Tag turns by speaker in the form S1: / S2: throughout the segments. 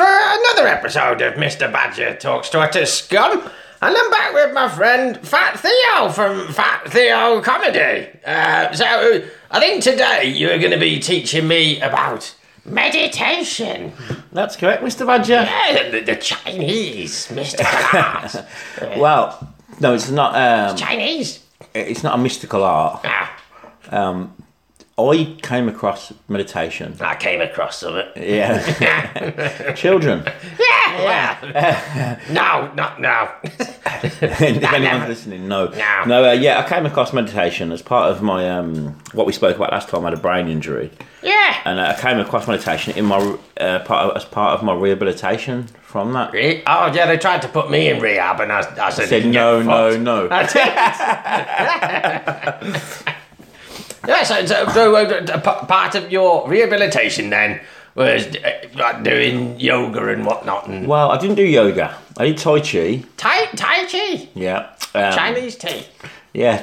S1: another episode of Mr. Badger Talks to Utter Scum, and I'm back with my friend Fat Theo from Fat Theo Comedy. Uh, so, I think today you're going to be teaching me about meditation.
S2: That's correct, Mr. Badger.
S1: Yeah, the, the Chinese, Mr. Collard.
S2: Well, no, it's not. Um,
S1: Chinese.
S2: it's not a mystical art.
S1: Ah,
S2: I came across meditation.
S1: I came across some of it.
S2: Yeah, children.
S1: Yeah, well. no, not now.
S2: if anyone's listening, no,
S1: No.
S2: uh, yeah, I came across meditation as part of my um, what we spoke about last time. I had a brain injury,
S1: Yeah.
S2: and uh, I came across meditation in my uh, part of, as part of my rehabilitation from that.
S1: Re- Oh yeah, they tried to put me in rehab, and I, I said,
S2: Said
S1: "You
S2: no,
S1: get
S2: no,
S1: fucked."
S2: no.
S1: I did. yeah, so, so, so uh, uh, p- part of your rehabilitation then was uh, like doing yoga and whatnot, and
S2: Well, I didn't do yoga. I did tai chi.
S1: Tai Tai Chi,
S2: Yeah. Um,
S1: Chinese tea.
S2: Yeah,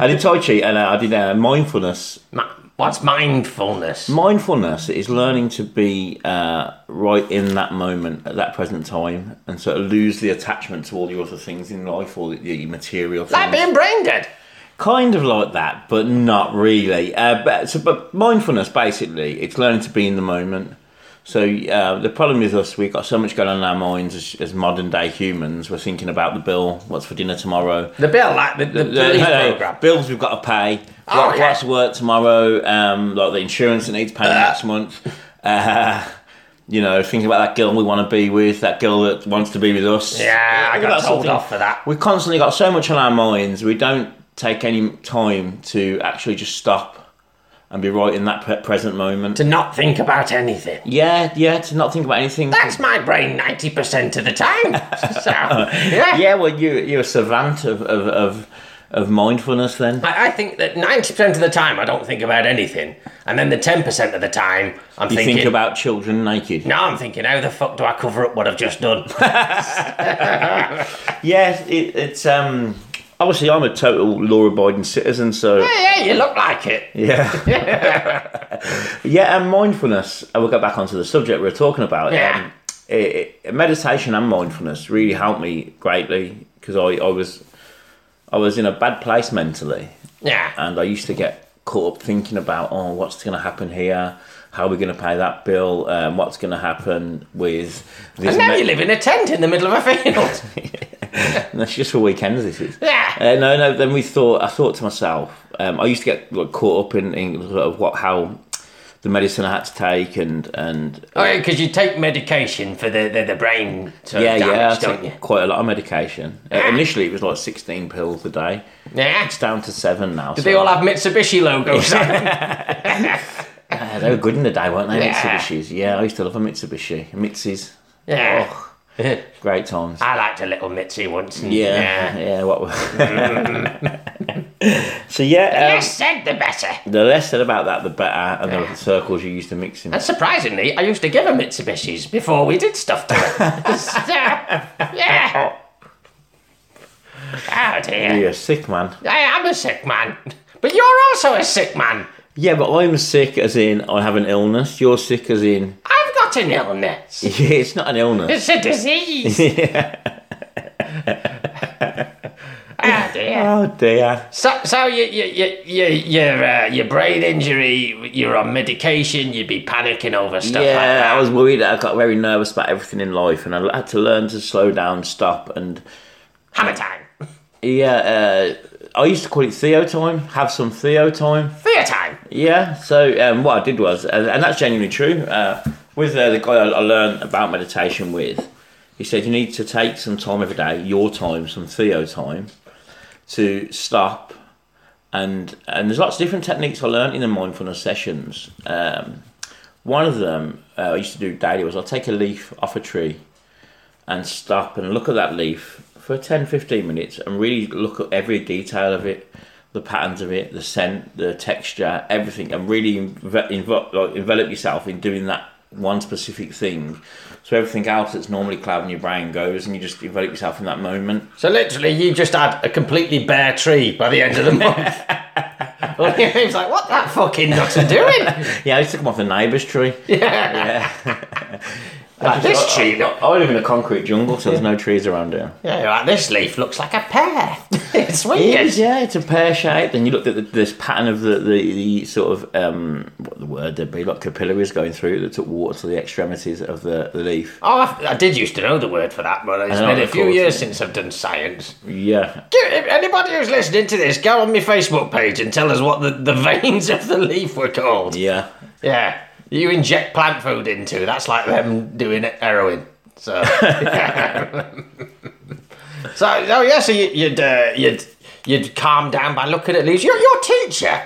S2: I did tai chi and uh, I did uh, mindfulness
S1: Ma- what's mindfulness?
S2: mindfulness is learning to be uh, right in that moment at that present time and sort of lose the attachment to all the other things in life or the, the material things.
S1: like being brain dead.
S2: kind of like that but not really uh, but, so, but mindfulness basically it's learning to be in the moment so uh, the problem is us we've got so much going on in our minds as, as modern day humans we're thinking about the bill what's for dinner tomorrow
S1: The bill, like the, the,
S2: the-
S1: police
S2: no, no,
S1: program.
S2: bills we've got to pay.
S1: Oh,
S2: What-
S1: yeah.
S2: What's work tomorrow? Um, like the insurance that needs paying next month. Uh, you know, thinking about that girl we want to be with, that girl that wants to be with us.
S1: Yeah, I
S2: All
S1: got
S2: that sort of
S1: told
S2: thing.
S1: off for that.
S2: We've constantly got so much on our minds. We don't take any time to actually just stop and be right in that pre- present moment.
S1: To not think about anything.
S2: yeah, yeah, to not think about anything.
S1: That's my brain 90% of the time. So, yeah.
S2: yeah, well, you you're a savant of of, of, of mindfulness then.
S1: I, I think that 90% of the time I don't think about anything. And then the 10% of the time I'm
S2: You
S1: thinking.
S2: think about children naked.
S1: now I'm thinking, how the fuck do I cover up what I've just done?
S2: Yeah, it, it's um. Obviously, I'm a total law-abiding citizen, so
S1: yeah, yeah, you look like it.
S2: yeah, yeah. And mindfulness. And we'll go back onto the subject we were talking about.
S1: Yeah.
S2: Um, it, it- meditation and mindfulness really helped me greatly because I, I was I was in a bad place mentally,
S1: Yeah.
S2: and I used to get caught up thinking about oh, what's going to happen here. How are we going to pay that bill? Um, what's going to happen with this?
S1: And now
S2: me-
S1: you live in a tent in the middle of a field.
S2: That's just for weekends. This is.
S1: Yeah.
S2: Uh, no, no. Then we thought. I thought to myself. Um, I used to get like, caught up in, in sort of what how the medicine I had to take and and
S1: oh, yeah, because you take medication for the, the, the brain to
S2: yeah, yeah. I
S1: damage,
S2: took
S1: don't you?
S2: quite a lot of medication. Uh, initially, it was like sixteen pills a day.
S1: Yeah.
S2: It's down to seven now.
S1: They all have Mitsubishi logos on them.
S2: they were good in the day, weren't they?
S1: Yeah.
S2: Mitsubishis. Yeah, I used to love a Mitsubishi. Mitsis.
S1: Yeah.
S2: Oh, great times.
S1: I liked a little Mitzi once. and-
S2: Yeah, yeah. what? so yeah, um,
S1: Less said, the better.
S2: the less said about that, the better. And the circles you used to mix in.
S1: And surprisingly, I used to give her Mitsubishis before we did stuff to her. So, yeah. Oh dear.
S2: You're a sick man.
S1: I am a sick man. But you're also a sick man.
S2: Yeah, but I'm sick as in I have an illness. You're sick as in
S1: I've got an illness.
S2: yeah, it's not an
S1: It's
S2: illness.
S1: a disease. oh dear.
S2: Oh dear.
S1: So, so you, you, you, you, your, uh, your brain injury, you're on medication, you'd be panicking over stuff like that.
S2: Yeah, I was worried. I got very nervous about everything in life, and I had to learn to slow down, stop, and
S1: Hammer time.
S2: yeah. Uh, I used to call it Theo time. Have some Theo time.
S1: Fear time.
S2: Yeah. So um, what I did was, and, and that's genuinely true. Uh, with uh, the guy I, I learned about meditation with, he said you need to take some time every day, your time, some Theo time, to stop. And and there's lots of different techniques I learned in the mindfulness sessions. Um, one of them uh, I used to do daily was I'll take a leaf off a tree and stop and look at that leaf for 10 15 minutes and really look at every detail of it the patterns of it the scent the texture everything and really enve- envo- like, envelop yourself in doing that one specific thing so everything else that's normally clouding your brain goes and you just envelop yourself in that moment
S1: So literally, you just had a completely bare tree by the end of the month. well, he was like, "What that fucking nuts are doing?"
S2: yeah i just took them off the neighbour's tree
S1: Yeah. Like
S2: just-
S1: this tree look.
S2: I live in a concrete jungle, so there's no trees around here.
S1: Yeah, like this leaf looks like a pear. it's weird.
S2: It is, yeah, it's a pear shape. Then you looked at the, this pattern of the, the, the sort of um, what the word there'd be like capillaries going through that took water to the extremities of the, the leaf.
S1: Oh, I, I did used to know the word for that, but it's
S2: know,
S1: been a
S2: of
S1: few
S2: course,
S1: years
S2: yeah.
S1: since I've done science.
S2: Yeah,
S1: Give- If anybody who's listening to this, go on my Facebook page and tell us what the, the veins of the leaf were called.
S2: yeah.
S1: Yeah. You inject plant food into, that's like them doing heroin. So, so oh yeah, so you, you'd uh, you'd you'd calm down by looking at leaves. Your your teacher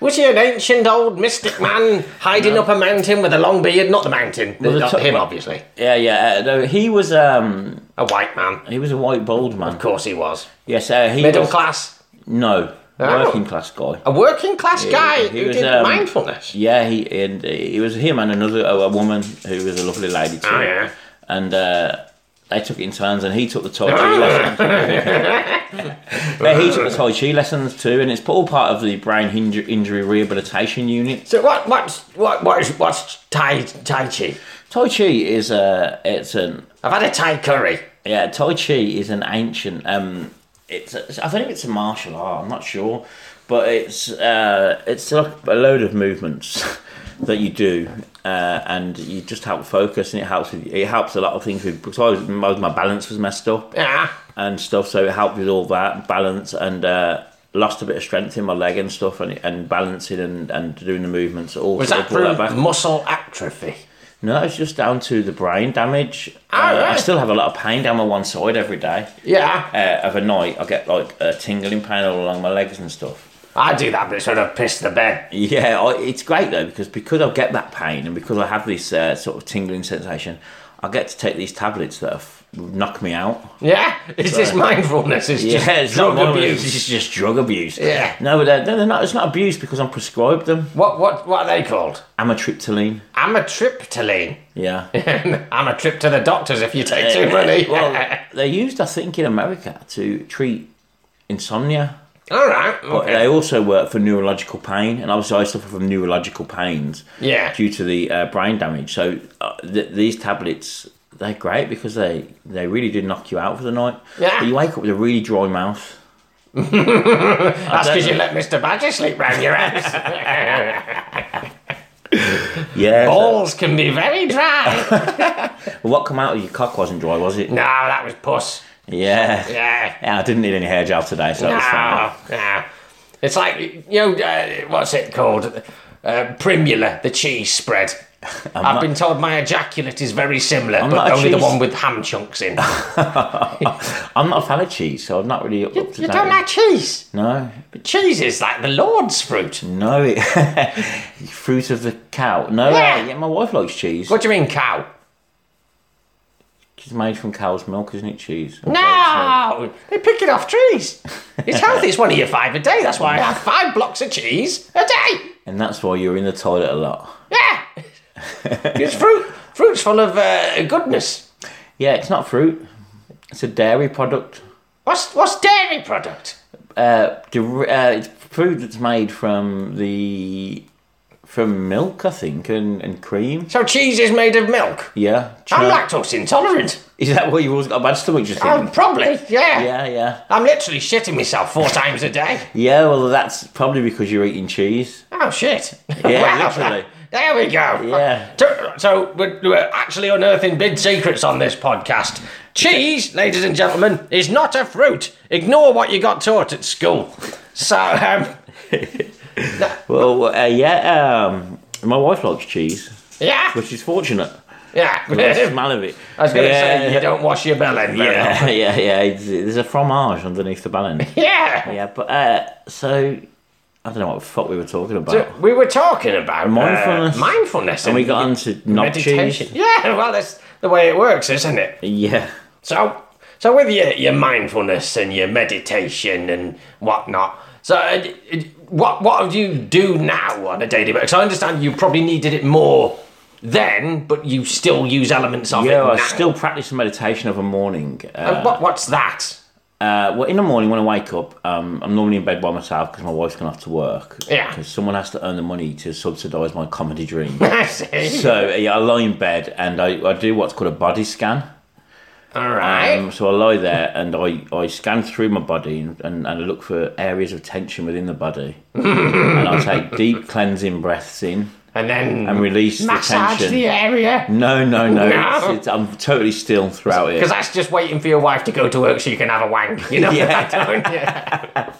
S1: was he an ancient old mystic man hiding up a mountain with a long beard? Not the mountain,
S2: the
S1: not
S2: top-
S1: him, obviously.
S2: Yeah, yeah. Uh, no, he was um,
S1: A white man,
S2: he was a white bald man.
S1: of course he was.
S2: Yes, uh, he
S1: Middle
S2: was,
S1: class,
S2: No,
S1: Oh.
S2: working class guy.
S1: a working class guy
S2: he
S1: who
S2: was,
S1: did
S2: um,
S1: mindfulness.
S2: Yeah, he and uh, it was him and another a woman who was a lovely lady too.
S1: Oh, yeah.
S2: And uh, they took it in turns, and he took the Tai Chi lessons. no, he took the Tai Chi lessons too, and it's all part of the brain hinge- injury rehabilitation unit.
S1: So what what's what what is what's Tai Tai Chi?
S2: Tai Chi is a it's an
S1: I've had a Thai curry.
S2: Yeah, Tai Chi is an ancient. Um, it's a, I think it's a martial art. I'm not sure, but it's uh, it's like a load of movements that you do, uh, and you just help focus, and it helps. With, it helps a lot of things with because I was, my my balance was messed up
S1: Yeah.
S2: and stuff, so it helped with all that balance and. Uh, Lost a bit of strength in my leg and stuff, and, and balancing and, and doing the movements. All
S1: Was
S2: sort
S1: that
S2: of brought
S1: through
S2: back.
S1: muscle atrophy?
S2: No, it's just down to the brain damage. uh, I
S1: Oh, right.
S2: still have a lot of pain down my one side every day
S1: Yeah.
S2: uh, of a night, I get like a tingling pain all along my legs and stuff.
S1: I do that, but it's sort of piss the bed.
S2: Yeah, I, it's great though because because I get that pain and because I have this uh, sort of tingling sensation, I get to take these tablets that have knock me out.
S1: Yeah? Is this mindfulness? Is just
S2: Yeah, it's
S1: drug
S2: not abuse.
S1: abuse?
S2: It's just, just drug abuse.
S1: Yeah.
S2: No, but they're, they're not. It's not abuse because I'm prescribed them.
S1: What, what, what are they called?
S2: Amitriptyline.
S1: Amitriptyline.
S2: Yeah.
S1: I'm a trip to the doctors if you take too many.
S2: well, they're used, I think, in America to treat insomnia.
S1: All right.
S2: But
S1: Okay.
S2: they also work for neurological pain, and obviously I suffer from neurological pains
S1: Yeah.
S2: due to the uh, brain damage. So uh, th- these tablets, they're great because they, they really do knock you out for the night.
S1: Yeah.
S2: But you wake up with a really dry mouth.
S1: That's because you let Mr. Badger sleep round your ass.
S2: Yeah. so-
S1: Balls can be very dry.
S2: well, what come out of your cock wasn't dry, was it?
S1: no, that was puss.
S2: Yeah.
S1: Yeah.
S2: Yeah, I didn't need any hair gel today, so that was fine.
S1: No, no. It's like, you know, uh, what's it called? Uh, primula, the cheese spread. I've
S2: not-
S1: been told my ejaculate is very similar,
S2: not
S1: but
S2: a
S1: only the
S2: cheese-
S1: one with ham chunks in.
S2: I'm not a fan of cheese, so I'm not really up, up to
S1: you
S2: date.
S1: don't like cheese.
S2: No,
S1: Cheese is like the Lord's fruit.
S2: no, it, fruit of the cow. No, yeah.
S1: Yeah.
S2: Uh, yeah, my wife likes cheese.
S1: What do you mean, cow?
S2: It's made from cow's milk, isn't it? Cheese.
S1: No! They pick it off trees. It's healthy. It's one of your five a day. That's why I have five blocks of cheese a day.
S2: And that's why you're in the toilet a lot.
S1: Yeah! It's fruit. Fruit's full of uh, goodness.
S2: Yeah, it's not fruit. It's a dairy product.
S1: What's, what's dairy product?
S2: Uh, der- uh, it's food that's made from the from milk, I think, and, and cream.
S1: So cheese is made of milk.
S2: Yeah.
S1: I'm
S2: churn-
S1: lactose intolerant.
S2: Is that what you've always got a bad stomach? You think?
S1: Oh, probably, yeah.
S2: Yeah, yeah,
S1: I'm literally shitting myself four times a day.
S2: yeah. Well, that's probably because you're eating cheese.
S1: Oh, shit.
S2: Yeah, literally.
S1: There we go.
S2: Yeah.
S1: So, so we're, we're actually unearthing big secrets on this podcast. Cheese, ladies and gentlemen, is not a fruit. Ignore what you got taught at school. So, um,
S2: Well, uh, yeah. Um, my wife likes cheese,
S1: yeah.
S2: which is fortunate.
S1: Yeah.
S2: The smell of it.
S1: I was going to
S2: yeah,
S1: say, you don't wash your melon. very often.
S2: yeah, yeah, yeah. It's, there's a fromage underneath the ballon.
S1: Yeah.
S2: Yeah, but uh, so I don't know what the fuck we were talking about.
S1: So we were talking about uh,
S2: Mindfulness.
S1: mindfulness,
S2: and we got onto knob
S1: meditation.
S2: cheese.
S1: Yeah, well, that's the way it works, isn't it?
S2: Yeah,
S1: So, so with your, your mindfulness and your meditation and whatnot. So, uh, d- d- what what do you do now on a daily basis? I understand you probably needed it more then, but you still use elements of
S2: yeah.
S1: it
S2: I
S1: now.
S2: still practice meditation of a morning. Uh,
S1: And what what's that?
S2: Uh, well, in the morning when I wake up, um, I'm normally in bed by myself because my wife's gone off to work.
S1: Yeah.
S2: Because someone has to earn the money to subsidise my comedy dream.
S1: I see.
S2: so yeah, I lie in bed and I, I do what's called a body scan.
S1: All right.
S2: Um, so I lie there and I, I scan through my body and, and, and I look for areas of tension within the body. and I take deep cleansing breaths in
S1: and then
S2: and release
S1: massage
S2: Mm. the
S1: the,
S2: tension.
S1: area.
S2: no, no, no.
S1: No.
S2: It's, it's, I'm totally still throughout it.
S1: Because that's just waiting for your wife to go to work so you can have a wank. You know
S2: Yeah.
S1: don't you?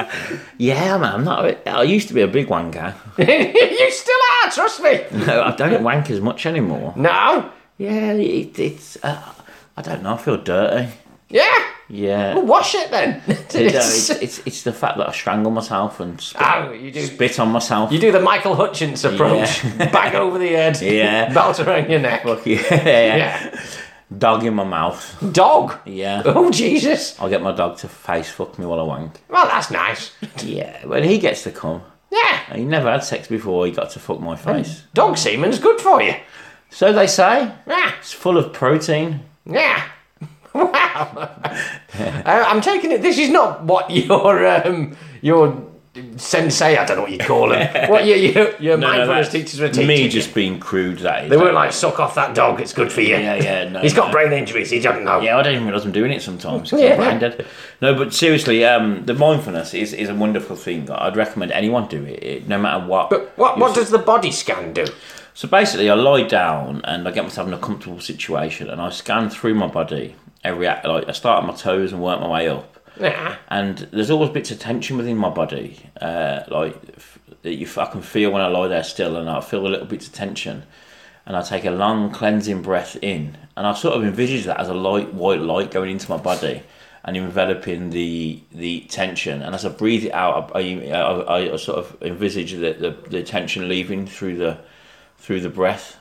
S2: Yeah, man, I'm not. a- I used to be a big wanker.
S1: you still are, trust me.
S2: No, I don't wank as much anymore.
S1: No?
S2: Yeah, it, it's. Uh, I don't know. I feel dirty.
S1: Yeah?
S2: Yeah.
S1: Wash it then.
S2: You know, it's, it's it's the fact that I strangle myself and spit,
S1: Oh, you do.
S2: spit on myself.
S1: You do the Michael Hutchins approach. Bag over the head.
S2: Yeah.
S1: Belt around your neck.
S2: yeah, yeah.
S1: Yeah.
S2: Dog in my mouth.
S1: Dog.
S2: Yeah.
S1: Oh, Jesus.
S2: I'll get my dog to face fuck me while I wank.
S1: Well, that's nice.
S2: Yeah. But he gets to come.
S1: Yeah.
S2: He never had sex before. He got to fuck my face.
S1: Dog semen's good for you.
S2: So they say.
S1: Yeah.
S2: It's full of protein.
S1: Yeah. Wow. Uh, I'm taking it. This is not what your um, your sensei. I don't know what you call him. what your your, your mindfulness teachers were teaching.
S2: me
S1: you.
S2: just being crude. That is.
S1: They weren't like suck off that dog. It's good for you.
S2: Yeah, yeah, no,
S1: He's got
S2: no.
S1: brain injuries. He doesn't know.
S2: Yeah, I don't even realise I'm doing it sometimes. 'cause
S1: Yeah.
S2: I'm brain dead. No, but seriously, um, the mindfulness is, is a wonderful thing. I'd recommend anyone do it, it no matter what.
S1: But what
S2: your
S1: what does the body scan do?
S2: So basically, I lie down and I get myself in a comfortable situation, and I scan through my body. Every act- like I start at my toes and work my way up,
S1: Yeah.
S2: and there's always bits of tension within my body, uh, like f- that you f- I can feel when I lie there still, and I feel a little bits of tension, and I take a long cleansing breath in, and I sort of envisage that as a light white light going into my body. And enveloping the the tension, and as I breathe it out, I, I, I, I sort of envisage the, the, the tension leaving through the through the breath.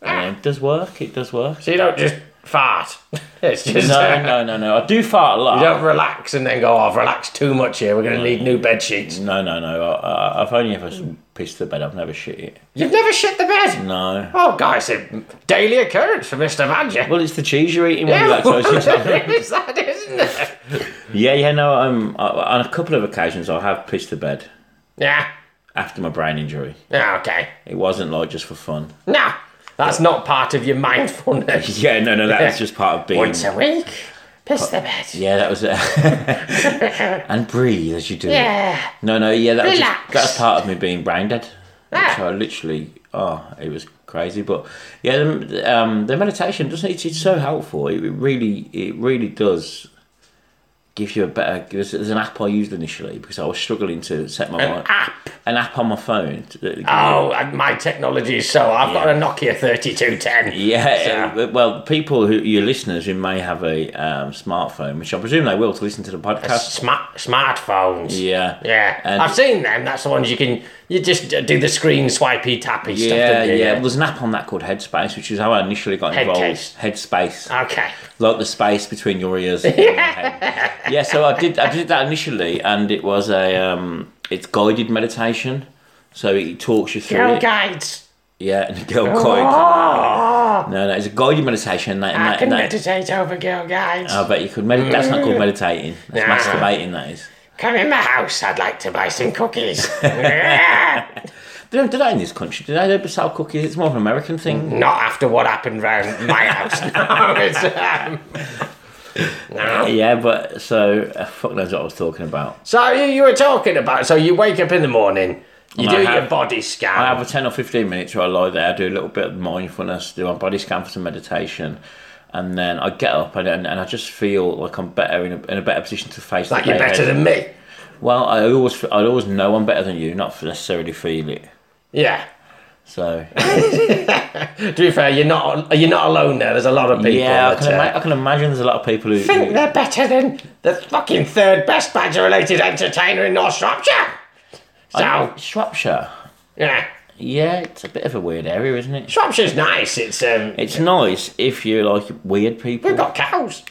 S2: And it does work. It does work.
S1: So you don't just fart. It's just
S2: No,
S1: uh,
S2: no, no, no. I do fart a
S1: you
S2: lot.
S1: don't relax and then go. Oh, I've relaxed too much here. We're going to need new bed sheets.
S2: No, no, no. I, I, I've only ever s- pissed the bed. I've never shit it.
S1: You've never shit the bed.
S2: No.
S1: Oh, guys, a daily occurrence for Mister Badger.
S2: Well, it's the cheese you're eating when
S1: Yeah,
S2: you're lactose intolerant.
S1: it is that, isn't it?
S2: Yeah, yeah. No, um, I, on a couple of occasions, I have pissed the bed
S1: Yeah.
S2: after my brain injury.
S1: Yeah, okay.
S2: It wasn't like just for fun.
S1: No, that's not part of your mindfulness.
S2: Yeah, no, no. That was just part of being.
S1: Once a week, piss the bed. Yeah.
S2: Yeah, that was it. and breathe as you do it. No, no, yeah, that was just,
S1: Relax.
S2: that's part of me being brain dead.
S1: Ah.
S2: So I literally, oh, it was crazy. But yeah, the, um, the meditation doesn't it's, it's so helpful. It really, it really does give you a better. There's, there's an app I used initially because I was struggling to set my mind.
S1: App.
S2: An app on my phone. to- that-
S1: Oh, and my technology is so. I've got a Nokia 3210.
S2: Yeah,
S1: So-
S2: uh, well, people who your listeners who may have a um, smartphone, which I presume they will to listen to the podcast.
S1: Smart smartphones.
S2: Yeah,
S1: Yeah.
S2: And-
S1: I've seen them. That's the ones you can. You just uh, do the screen swipey tappy stuff.
S2: Yeah,
S1: don't you?
S2: yeah. Well, there's an app on that called Headspace, which is how I initially got involved.
S1: Headcase.
S2: Headspace,
S1: Okay.
S2: like the space between your ears. and your head. Yeah. So I did. I did that initially, and it was a. Um, it's guided meditation, so it talks you through.
S1: Girl
S2: it.
S1: guides.
S2: Yeah, and girl guide.
S1: Oh,
S2: No, no, it's a guided meditation. And that, and
S1: I
S2: that-
S1: can
S2: and that-
S1: meditate over girl guides.
S2: I bet you could meditate. That's not called meditating. That's
S1: Nah.
S2: masturbating. That is.
S1: Come in my house. I'd like to buy some cookies. Yeah.
S2: They don't do that in this country. Do they? They don't sell cookies. It's more of an American thing.
S1: Not after what happened round my house. No, it's, um, no.
S2: Yeah, but so uh, fuck knows what I was talking about.
S1: So you, you were talking about. So you wake up in the morning. You
S2: And I
S1: do
S2: have-
S1: your body scan.
S2: I have a 10 or 15 minutes where I lie there, do a little bit of mindfulness, do my body scan for some meditation, and then I get up and, and, and I just feel like I'm better in a, in a better position to face
S1: like you're better than me.
S2: Well, I always, I always know I'm better than you, not f- necessarily feel it.
S1: Yeah.
S2: So,
S1: To be fair, you're not you're not alone there. There's a lot of people.
S2: yeah, I
S1: that,
S2: can,
S1: uh,
S2: ima- I can imagine there's a lot of people who.
S1: think
S2: who-
S1: they're better than the fucking third best badger-related entertainer in North Shropshire. So
S2: Shropshire.
S1: yeah,
S2: Yeah, it's a bit of a weird area, isn't it?
S1: Shropshire's nice. It's um,
S2: It's nice if you like weird people.
S1: we've got cows.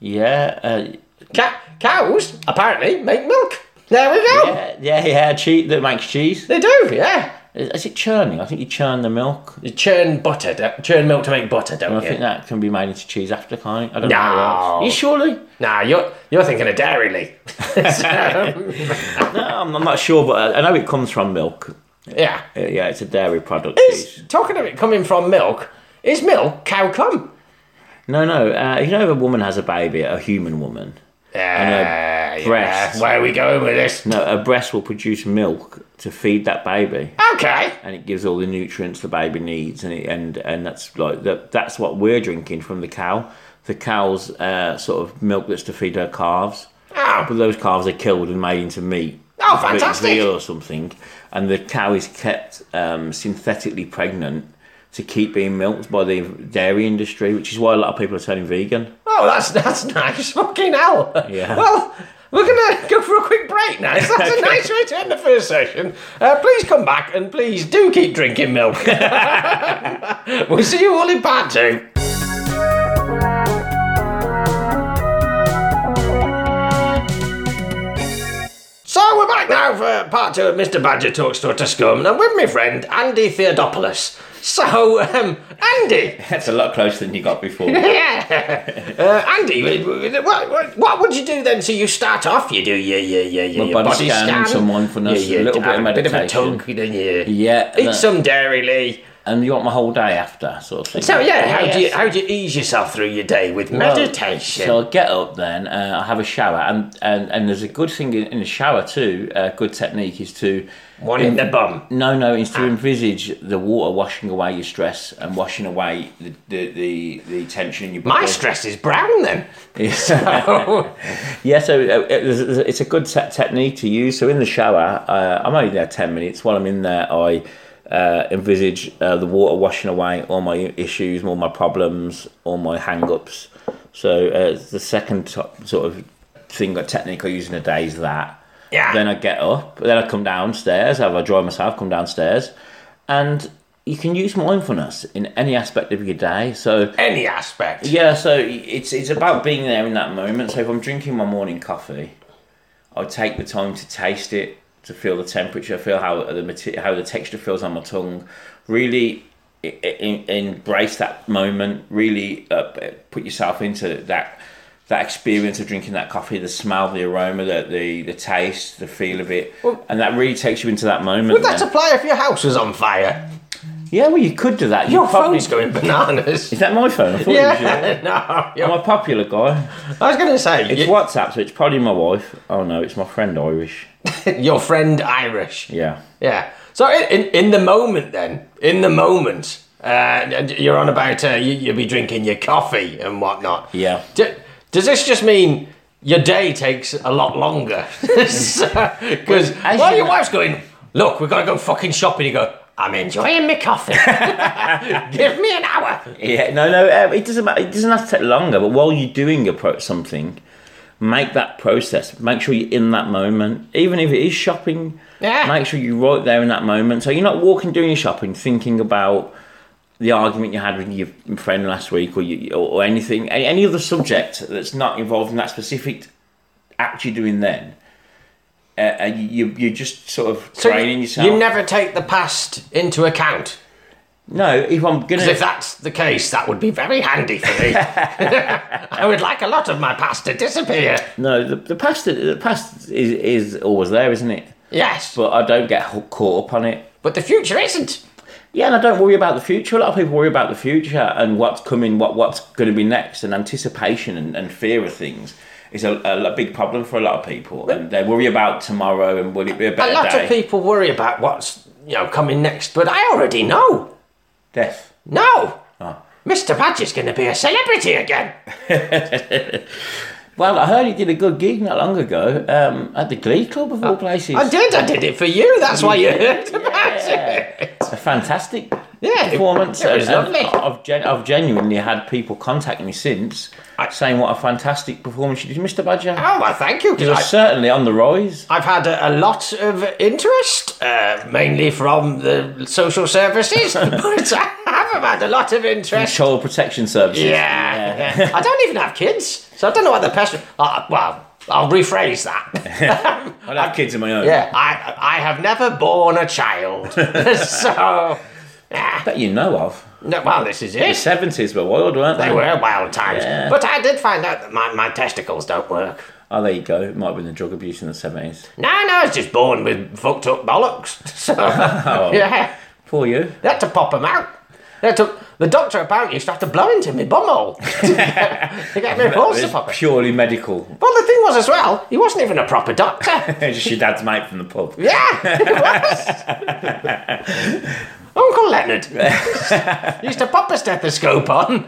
S2: Yeah, uh,
S1: Ca- cows apparently make milk. There we go.
S2: yeah, yeah, yeah. Cheese that makes cheese.
S1: They do, yeah.
S2: Is is it churning? I think you churn the milk.
S1: You churn butter, don't- churn milk to make butter,
S2: I
S1: don't
S2: think
S1: you?
S2: that can be made into cheese after, can't it? I don't
S1: No.
S2: know. how it works. You surely?
S1: Nah, you're you're thinking of Dairy Lee. So,
S2: No, I'm, I'm not sure, but I I know it comes from milk.
S1: yeah.
S2: Uh, Yeah, it's a dairy product. cheese.
S1: Is, talking of it coming from milk, is milk cow cum?
S2: No, no. Uh, you know, if a woman has a baby, a human woman,
S1: Yeah, yeah.
S2: breasts.
S1: Where are we going with this?
S2: no, a breast will produce milk to feed that baby,
S1: Okay.
S2: and it gives all the nutrients the baby needs, and it, and and that's like that. That's what we're drinking from the cow. The cow's uh, sort of milk that's to feed her calves.
S1: Oh,
S2: But those calves are killed and made into meat.
S1: Oh,
S2: Ve-
S1: fantastic.
S2: Veal or something, and the cow is kept um, synthetically pregnant to keep being milked by the dairy industry, which is why a lot of people are turning vegan.
S1: oh, that's that's nice. Fucking hell.
S2: Yeah.
S1: Well, we're gonna go for a quick break now. So that's a nice way to end the first session. Uh, please come back and please do keep drinking milk. we'll see you all in part two. So we're back now for part two of Mr. Badger Talks to Utter Scum, and I'm with my friend Andy Theodopoulos. So, um, Andy,
S2: That's a lot closer than you got before.
S1: yeah. Uh, Andy, what, what, what would you do then? So you start off, you do your, your, your, your your
S2: body scan, some mindfulness, a little bit of
S1: a bit of a
S2: meditation.
S1: tug, then you
S2: yeah,
S1: eat
S2: and, that-
S1: some dairy, Lee.
S2: and you want my whole day after, sort of thing.
S1: So yeah, how do you
S2: yes.
S1: how do you ease yourself through your day with
S2: Well,
S1: meditation?
S2: So I get up then, uh, I have a shower, and, and, and there's a good thing in, in the shower too. A good technique is to
S1: One in the bum.
S2: No, no, it's to envisage the water washing away your stress and washing away the the, the, the tension in your body.
S1: My stress is brown then.
S2: Yeah, so uh, it- it's it's a good te- technique to use. So in the shower, uh, I'm only there 10 minutes. While I'm in there, I uh, envisage uh, the water washing away all my issues, all my problems, all my hang ups. So uh, it's the second top sort of thing or technique I use in a day is that.
S1: Yeah.
S2: Then I get up, then I come downstairs, have I dry myself, come downstairs, and you can use mindfulness in any aspect of your day. So
S1: Any aspect.
S2: yeah, so it's it's about being there in that moment. So if I'm drinking my morning coffee, I take the time to taste it, to feel the temperature, feel how the mate- how the texture feels on my tongue. Really e- e- embrace that moment. Really uh, put yourself into that that experience of drinking that coffee, the smell, the aroma, the the, the taste, the feel of it, and that really takes you into that moment.
S1: Would that
S2: then.
S1: apply if your house was on fire?
S2: yeah, well, you could do that. You
S1: Your
S2: probably-
S1: phone's going bananas.
S2: Is that my phone? I thought it was yours.
S1: Yeah, no. you're-
S2: I'm a popular guy.
S1: I was going to say,
S2: It's
S1: y-
S2: WhatsApp, so it's probably my wife. Oh no, it's my friend Irish.
S1: your friend Irish.
S2: Yeah.
S1: Yeah. So in, in, in the moment, then in the moment, uh, and you're on about uh, you, you'll be drinking your coffee and whatnot.
S2: Yeah.
S1: Do, does this just mean your day takes a lot longer? Because
S2: as
S1: well,
S2: you
S1: your
S2: know-
S1: wife's going, look, we've got to go fucking shopping. You go, I'm enjoying my coffee. Give me an hour.
S2: Yeah. No, no, um, it doesn't matter. It doesn't have to take longer. But while you're doing a pro- something, make that process. Make sure you're in that moment, even if it is shopping.
S1: Yeah.
S2: Make sure you're right there in that moment, so you're not walking doing your shopping, thinking about the argument you had with your friend last week, or you, or, or anything, any, any other subject that's not involved in that specific act you're doing then. Uh, and you, you're just sort of
S1: So
S2: training
S1: you,
S2: yourself.
S1: you never take the past into account.
S2: No, if I'm gonna,
S1: 'Cause If that's the case, that would be very handy for me. I would like a lot of my past to disappear.
S2: no, the, the past, the past is is always there, isn't it?
S1: Yes.
S2: But I don't get ho- caught up on it.
S1: But the future isn't.
S2: Yeah, and I don't worry about the future. A lot of people worry about the future and what's coming, what what's going to be next, and anticipation and, and fear of things is a, a, big problem for a lot of people. And they worry about tomorrow and will it be a
S1: A
S2: better
S1: lot
S2: day?
S1: of people worry about what's you know coming next, but I already know.
S2: Death.
S1: No.
S2: Oh.
S1: Mr. Badger's going to be a celebrity again.
S2: Well, I heard you did a good gig not long ago um, at the Glee Club of all places.
S1: Uh, I did. I did it for you. That's why you heard about it.
S2: a fantastic
S1: Yeah, it-
S2: performance.
S1: it was lovely.
S2: I've, gen- I've genuinely had people contact me since
S1: I-
S2: saying what a fantastic performance you did, Mr. Badger.
S1: Oh, well, thank you.
S2: You're
S1: Because
S2: certainly on the rise.
S1: I've had a, a lot of interest, uh, mainly from the social services, but I have had a lot of interest.
S2: Child Protection Services.
S1: Yeah. yeah. I don't even have kids, so I don't know what the pest. Uh, well, I'll rephrase that.
S2: I don't have kids of my own.
S1: Yeah, I I have never borne a child, so ah,
S2: That you know of.
S1: no, well, this is
S2: The
S1: it.
S2: 70s were wild, weren't they?
S1: They were wild times,
S2: Yeah.
S1: but I did find out that my, my testicles don't work.
S2: Oh, there you go. It might have been the drug abuse in the 70s.
S1: No, no, I was just born with fucked up bollocks. So yeah,
S2: Poor you.
S1: they had to pop them out. They had to, the doctor apparently used to have to blow into me bumhole to get me balls to
S2: It's
S1: pop. out.
S2: purely medical.
S1: Well, the thing was as well, he wasn't even a proper doctor.
S2: Just your dad's mate from the pub.
S1: Yeah, it was. Uncle Leonard used to pop a stethoscope on.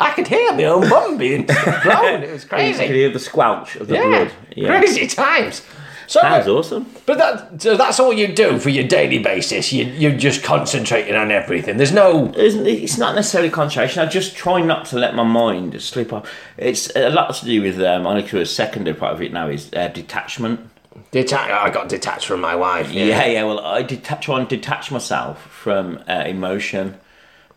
S1: I could hear my own bum being blown. It was
S2: You could
S1: crazy.
S2: hear the squelch of the
S1: Yeah,
S2: blood. Yeah.
S1: crazy times. So,
S2: Sounds awesome.
S1: but that so that's all you do for your daily basis. You you're just concentrating on everything. There's no
S2: Isn't it- It's not necessarily concentration. I just try not to let my mind slip off. It's a lot to do with, um, I think a secondary part of it now is uh, detachment.
S1: detach. I got detached from my wife.
S2: Yeah, yeah. Well, I detach, try and detach myself from uh, emotion,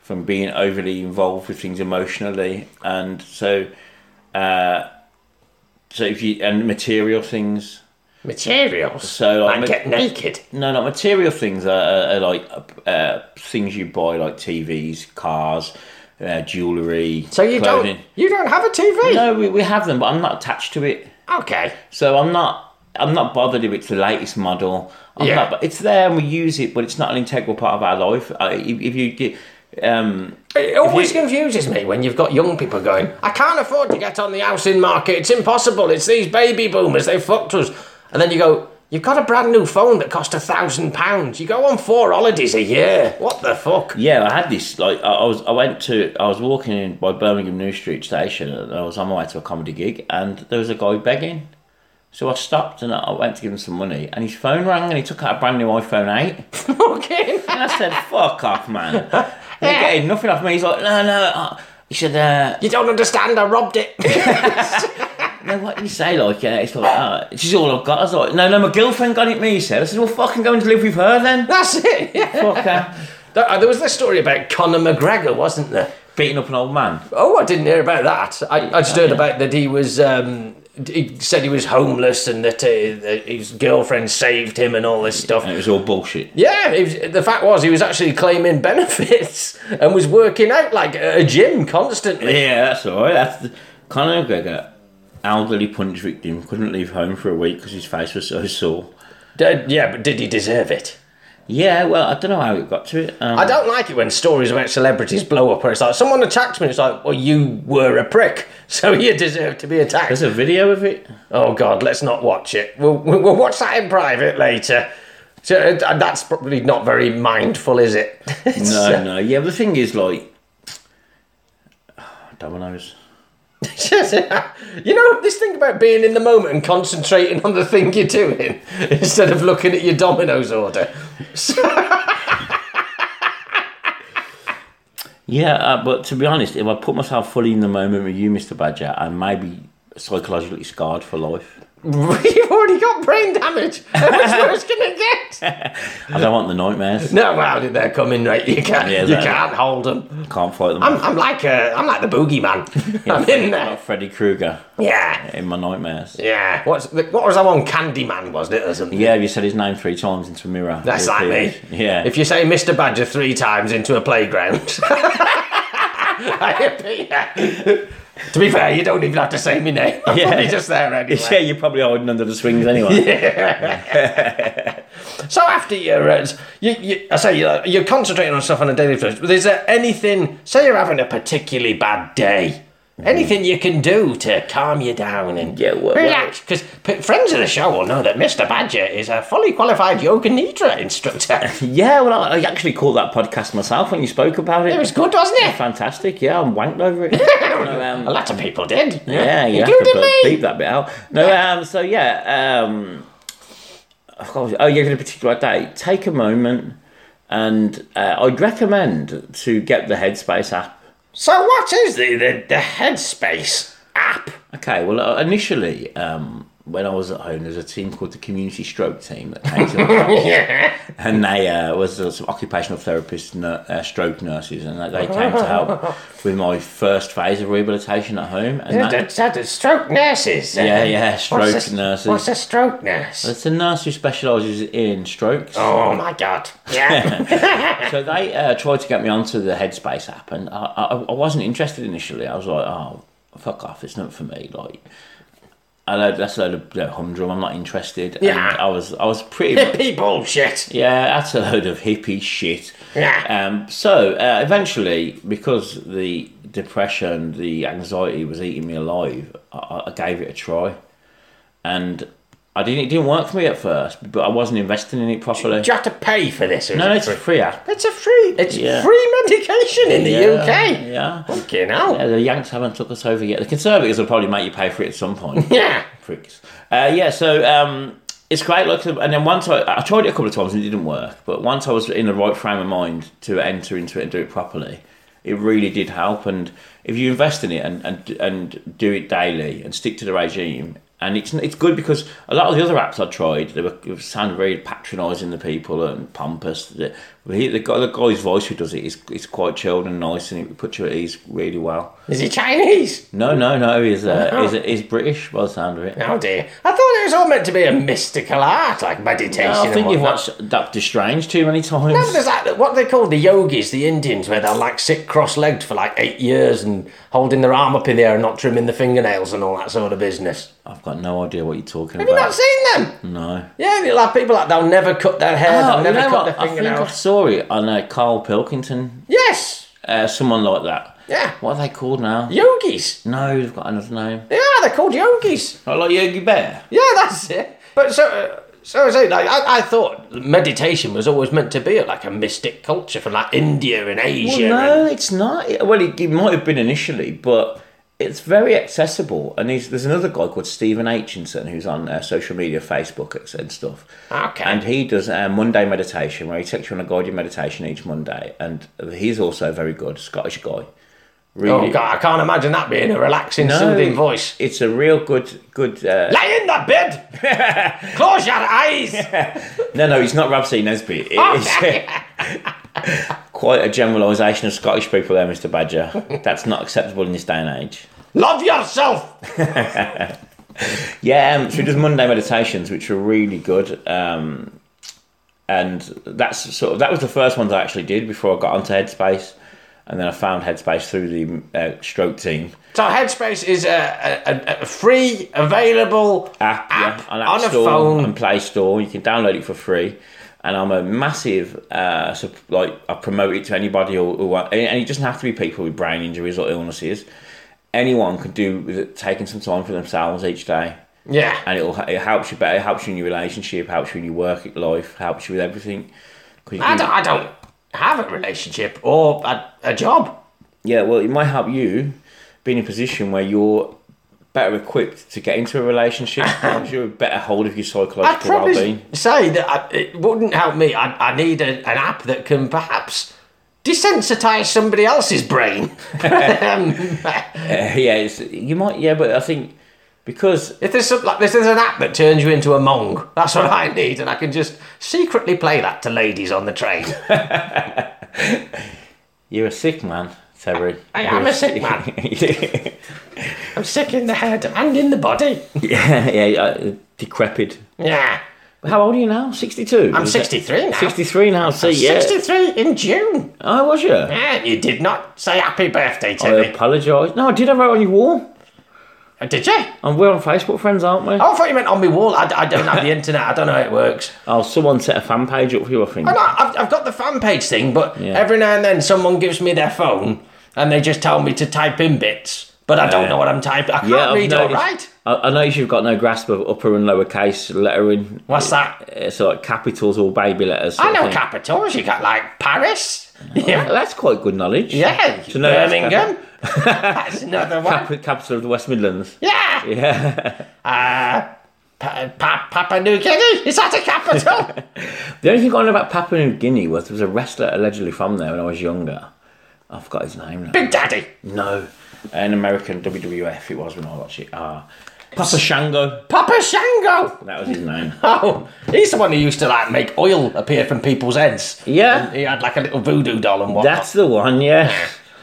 S2: from being overly involved with things emotionally, and so, uh, so if you and material things.
S1: materials.
S2: So
S1: I
S2: like, ma-
S1: get naked.
S2: no, not material things are, are, are like uh, things you buy, like TVs, cars, uh, jewelry.
S1: So you
S2: clothing.
S1: don't you don't have a TV.
S2: No, we, we have them, but I'm not attached to it.
S1: Okay.
S2: So I'm not I'm not bothered if it's the latest model. I'm
S1: Yeah.
S2: not, but it's there and we use it, but it's not an integral part of our life. I, if, if you get, um,
S1: It always
S2: you-
S1: confuses me when you've got young people going, I can't afford to get on the housing market. It's impossible. It's these baby boomers. They fucked us. And then you go, You've got a brand new phone that cost a thousand pounds. You go on four holidays a year. What the fuck?
S2: yeah, I had this. Like I, I was, I went to, I was walking in by Birmingham New Street station, and I was on my way to a comedy gig, and there was a guy begging. So I stopped and I went to give him some money, and his phone rang, and he took out a brand new iPhone eight.
S1: Fucking.
S2: And I said, "Fuck off, man! You're getting nothing off me." He's like, "No, no." uh," He said, uh,
S1: You don't understand. I robbed it.
S2: No, what do you say? Like, yeah, it's like, ah, this is all I've got. I was like, no, no, my girlfriend got it me, he said. I said, well, fucking go and live with her then.
S1: That's it. Yeah.
S2: Fuck her.
S1: There uh, there was this story about Conor McGregor, wasn't there?
S2: Beating up an old man.
S1: Oh, I didn't hear about that. I, I just heard about that he was. Um, he said he was homeless and that uh, that his girlfriend saved him and all this stuff.
S2: And it was all bullshit.
S1: Yeah, he was, the fact was he was actually claiming benefits and was working out like at a gym constantly.
S2: Yeah, that's all right. That's the, Conor McGregor, elderly punch victim, couldn't leave home for a week because his face was so sore.
S1: Did- yeah, but did he deserve it?
S2: Yeah, well, I don't know how it got to it. Um,
S1: I don't like it when stories about celebrities blow up where it's like someone attacked me. It's like, well, you were a prick, so you deserve to be attacked.
S2: there's a video of it.
S1: Oh God, let's not watch it. We'll, we'll we'll watch that in private later. So uh, that's probably not very mindful, is it?
S2: No, no. Yeah, but the thing is, like, dominoes.
S1: you know, this thing about being in the moment and concentrating on the thing you're doing instead of looking at your Domino's order.
S2: Yeah, uh, but to be honest, if I put myself fully in the moment with you, Mr. Badger, I may be psychologically scarred for life.
S1: You've already got brain damage. How much worse can it get?
S2: I don't want the nightmares.
S1: No, well, how did they come in, right? You can't,
S2: Yeah,
S1: you
S2: that-
S1: can't hold them.
S2: Can't fight them.
S1: I'm, I'm like a, I'm like the boogeyman. I'm in
S2: Like
S1: there.
S2: Freddy Krueger
S1: Yeah,
S2: in my nightmares.
S1: yeah. What's the, what was that one? Candyman, wasn't it, or something?
S2: Yeah, if you said his name three times into a mirror.
S1: That's
S2: it
S1: like me.
S2: appears. Yeah.
S1: If you say Mr. Badger three times into a playground, I appear. to be fair, you don't even have to say my name. I'm
S2: Yeah.
S1: probably just there anyway.
S2: yeah, you're probably hiding under the swings anyway.
S1: So after your, uh, you, you, I say you're, you're concentrating on stuff on a daily basis. But is there anything? Say you're having a particularly bad day. Anything you can do to calm you down and
S2: Yeah, well-
S1: relax? Because p- friends of the show will know that Mr. Badger is a fully qualified yoga nidra instructor.
S2: Yeah, well, I, I actually called that podcast myself when you spoke about it.
S1: it was good, wasn't it?
S2: fantastic. Yeah, I'm wanked over it. So, um,
S1: A lot of people did.
S2: Yeah, you have
S1: including
S2: to
S1: me.
S2: beep that bit out. No, um, so yeah, um, of course. Oh, you're going to particular day. Take a moment, and uh, I'd recommend to get the Headspace app.
S1: So what is the the, the Headspace app?
S2: Okay, well, uh, initially, um, when I was at home, there was a team called the Community Stroke Team that came to my house,
S1: Yeah.
S2: and they uh, was uh, some occupational therapists, nur- uh, stroke nurses, and they they came to help with my first phase of rehabilitation at home. And that-
S1: That's that, stroke nurses. uh,
S2: yeah, yeah,
S1: what's
S2: stroke
S1: a-
S2: nurses.
S1: What's a stroke nurse?
S2: It's a nurse who specialises in strokes.
S1: Oh my god. Yeah.
S2: So they uh, tried to get me onto the Headspace app, and I, I, I wasn't interested initially. I was like, oh, fuck off, it's not for me. Like, I know that's a load of you know, humdrum. I'm not interested.
S1: Yeah.
S2: And I was, I was pretty. much-
S1: Hippie bullshit.
S2: yeah, that's a load of hippie shit.
S1: Yeah.
S2: Um, so uh, eventually, because the depression, the anxiety was eating me alive, I, I gave it a try, and I didn't. It didn't work for me at first, but I wasn't investing in it properly.
S1: Do you have to pay for this? Or
S2: No,
S1: is
S2: it's
S1: it
S2: a
S1: free?
S2: free app.
S1: It's a free. It's
S2: Yeah.
S1: free medication in the UK.
S2: Yeah.
S1: Fucking hell.
S2: Yeah, the Yanks haven't took us over yet. The Conservatives will probably make you pay for it at some point.
S1: Yeah.
S2: Pricks. Uh, yeah, so um, it's great. Look, and then once I, I tried it a couple of times and it didn't work, but once I was in the right frame of mind to enter into it and do it properly, it really did help. And if you invest in it and and, and do it daily and stick to the regime. And it's it's good because a lot of the other apps I tried, they were it sounded very patronising the people and pompous. The, he, the, guy, the guy's voice who does it is is quite chilled and nice, and it puts you at ease really well.
S1: Is he Chinese?
S2: No, no, no. He's uh, he's, he's British by the sound of it.
S1: Oh dear. I thought it was all meant to be a mystical art, like meditation.
S2: I think
S1: and
S2: you've
S1: whatnot.
S2: watched Doctor Strange too many times.
S1: No, but there's like what they call the yogis, the Indians, where they'll like sit cross-legged for like eight years and holding their arm up in the air and not trimming the fingernails and all that sort of business.
S2: I've got no idea what you're talking
S1: Have you
S2: about.
S1: not seen them?
S2: no.
S1: Yeah, they'll have people like they'll never cut their hair,
S2: Oh, you
S1: they'll never
S2: know
S1: cut
S2: what?
S1: their
S2: I think I
S1: fingernails.
S2: saw it on uh, Carl Pilkington,
S1: Yes,
S2: uh, someone like that.
S1: Yeah.
S2: What are they called now?
S1: yogis.
S2: No, they've got another name.
S1: Yeah, they're called yogis.
S2: Not like Yogi Bear.
S1: Yeah, that's it. But so, uh, so I say, like, I, I thought meditation was always meant to be like a mystic culture from like India and
S2: Well,
S1: Asia.
S2: no,
S1: and,
S2: it's not. It- Well, it, it might have been initially, but it's very accessible. And he's, there's another guy called Stephen Aitchinson who's on uh, social media, Facebook and- and stuff.
S1: Okay.
S2: And he does a Monday meditation where he takes you on a guided meditation each Monday. And he's also very good, Scottish guy. Really.
S1: oh God, I can't imagine that being a relaxing,
S2: No,
S1: soothing voice.
S2: It's a real good, good. Uh,
S1: Lay in the bed. Close your eyes.
S2: no, no, it's not Ramsey Nesbitt. It-
S1: Oh, Okay.
S2: it's, uh, quite a generalisation of Scottish people, there, Mr. Badger. That's not acceptable in this day and age.
S1: Love yourself.
S2: Yeah, um, so he does Monday meditations, which are really good. Um, and that's sort of that was the first ones I actually did before I got onto Headspace, and then I found Headspace through the uh, stroke team.
S1: So Headspace is a, a, a- a free, available
S2: app,
S1: App
S2: yeah, on, App
S1: on a
S2: Store
S1: phone.
S2: and Play Store. You can download it for free. And I'm a massive, uh, sup- like, I promote it to anybody who, who want, and and it doesn't have to be people with brain injuries or illnesses. Anyone could do with it, taking some time for themselves each day.
S1: Yeah.
S2: And it'll, it helps you better, it helps you in your relationship, helps you in your work life, helps you with everything. 'Cause you
S1: I
S2: can-
S1: don't, I don't have a relationship or a, a job.
S2: yeah, well, it might help you be in a position where you're better equipped to get into a relationship, helps you a better hold of your
S1: I'd
S2: psychological
S1: probably
S2: well-being.
S1: say that I, it wouldn't help me. I, I need a, an app that can perhaps desensitize somebody else's brain. um,
S2: Yeah, it's, you might. Yeah, but I think because
S1: if there's some, like this is an app that turns you into a mong, that's what I need, and I can just secretly play that to ladies on the train.
S2: you're a sick man, Terry.
S1: I
S2: You're
S1: am a sick man. I'm sick in the head and in the body.
S2: yeah, yeah, uh, decrepit.
S1: Yeah,
S2: How old are you now? Sixty-two.
S1: I'm 63 now.
S2: 63 now. See, yeah.
S1: 63 in June.
S2: Oh, was you? I
S1: Yeah, you did not say happy birthday to me.
S2: apologise. No, I did have it on your wall,
S1: Oh, Did you?
S2: and we're on Facebook friends, aren't we? Oh.
S1: Oh, I thought you meant on my wall. I, I don't have the internet. I don't know how it works.
S2: Oh, someone set a fan page up for you, I think.
S1: No, I've, I've got the fan page thing, but
S2: Yeah.
S1: every now and then someone gives me their phone and they just tell me to type in bits, but I don't
S2: Yeah.
S1: know what I'm typing. I can't
S2: Yeah, I've
S1: read all
S2: noticed-
S1: right.
S2: I, I noticed you've got no grasp of upper and lower case lettering.
S1: What's that?
S2: It's like capitals or baby letters.
S1: I
S2: sort of
S1: know
S2: thing.
S1: capitals. You got like Paris. Yeah.
S2: That's quite good knowledge.
S1: Yeah,
S2: So no, that's-
S1: Birmingham. That's another one.
S2: Cap- capital of the West Midlands.
S1: Yeah.
S2: Yeah.
S1: Uh, pa- pa- Papua New Guinea. Is that a capital?
S2: The only thing I know about Papua New Guinea was there was a wrestler allegedly from there when I was younger. I forgot his name now.
S1: Big Daddy.
S2: No, an American WWF it was when I watched it. Ah, Papa Shango.
S1: Papa Shango.
S2: That was his name.
S1: Oh, he's the one who used to like make oil appear from people's heads.
S2: Yeah.
S1: And he had like a little voodoo doll and whatnot.
S2: That's the one, yeah.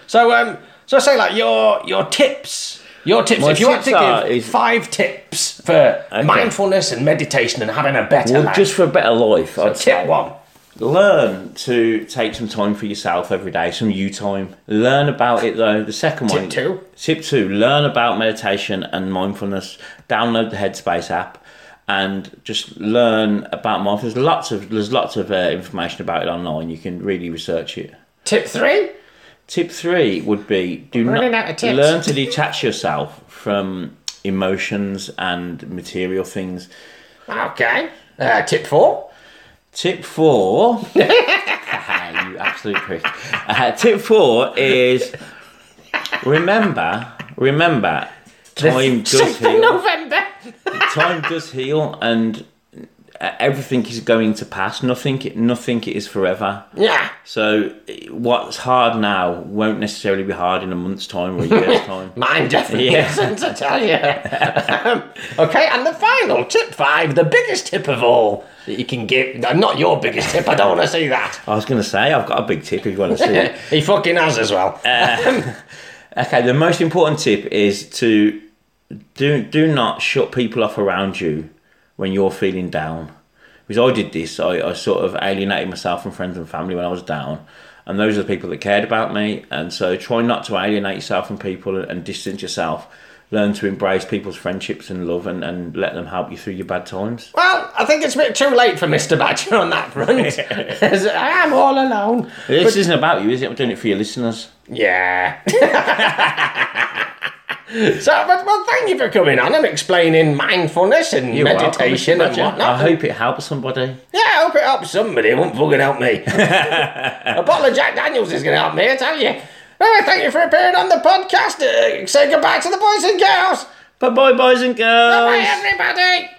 S1: So um, so say like your your tips. Your tips.
S2: My
S1: if you had to
S2: tips are-
S1: give
S2: is-
S1: five tips for mindfulness and meditation and having a better
S2: Well,
S1: life,
S2: just for a better life, I'd
S1: tip
S2: say.
S1: one.
S2: Learn to take some time for yourself every day, some you time. Learn about it though. The second
S1: Tip
S2: one.
S1: two.
S2: Tip two. Learn about meditation and mindfulness. Download the Headspace app and just learn about mindfulness. There's lots of there's lots of uh, information about it online. You can really research it.
S1: Tip three.
S2: Tip three would be do
S1: running
S2: not
S1: out of tips.
S2: learn to detach yourself from emotions and material things.
S1: Okay. Uh, tip four.
S2: Tip four, you absolute prick. Uh, tip four is remember, remember, time does
S1: Sixth of
S2: heal.
S1: November.
S2: Time does heal, and uh, everything is going to pass. Nothing, nothing is forever.
S1: yeah.
S2: So, what's hard now won't necessarily be hard in a month's time or a year's time.
S1: Mine definitely
S2: Yeah.
S1: isn't, I tell you. Um, okay, and the final tip five, the biggest tip of all that you can give. no, Not your biggest tip, I don't want to see that.
S2: I was going to say, I've got a big tip if you want to see it.
S1: he fucking has as well.
S2: Uh, Okay, the most important tip is to do do not shut people off around you when you're feeling down. Because I did this, I, I sort of alienated myself from friends and family when I was down. And those are the people that cared about me. And so try not to alienate yourself from people and, and distance yourself. Learn to embrace people's friendships and love and, and let them help you through your bad times.
S1: well, I think it's a bit too late for Mr. Badger on that front. I am all alone.
S2: This isn't about you, is it? I'm doing it for your listeners.
S1: Yeah. so, but, well, thank you for coming on and explaining mindfulness and
S2: You're welcome,
S1: meditation and
S2: Mr. Badger.
S1: whatnot.
S2: I hope it helps somebody.
S1: Yeah, I hope it helps somebody. It won't fucking help me. a bottle of Jack Daniels is going to help me, I tell you. Anyway, thank you for appearing on the podcast. Uh, say goodbye to the boys and girls.
S2: Bye bye, boys and girls.
S1: Bye, everybody.